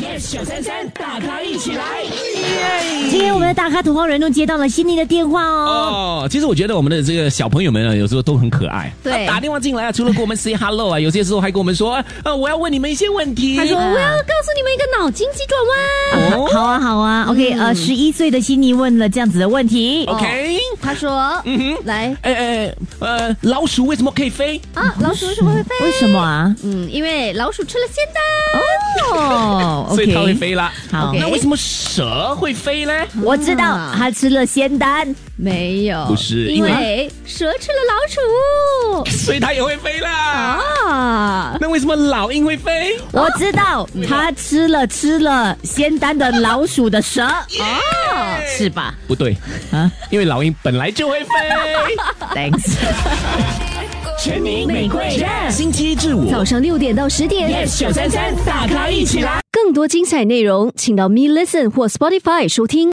yes 九三三，大咖一起来！今天我们的大咖同行人中接到了心妮的电话哦。哦，其实我觉得我们的这个小朋友们啊，有时候都很可爱。对啊打电话进来啊，除了跟我们 say hello 啊，有些时候还跟我们说，啊，我要问你们一些问题。啊他说我要告诉你们一个脑筋急转弯。哦嗯哦好啊，好啊，OK，呃，十一岁的心妮问了这样子哦的问题， ，OK，他说：“来哎哎呃，老鼠为什么可以飞？啊，老鼠为什么会飞？为什么？啊？嗯，因为老鼠吃了仙丹。哦所以它会，OK，飞啦。好 OK 那为什么蛇会飞呢？ 我知道啊他吃了仙丹，没有，不是因因为蛇吃了老鼠所以它也会飞啦。啊。那为什么老鹰会飞？我知哦道他吃了吃了仙丹的老鼠的蛇，哦，是吧不对啊因为老鹰本来就会 飞。 ？Thanks。 全民玫瑰，星期一至五早上六点到十点，九三三，大咖一起来。更多精彩内容，请到 Me Listen 或 Spotify 收听。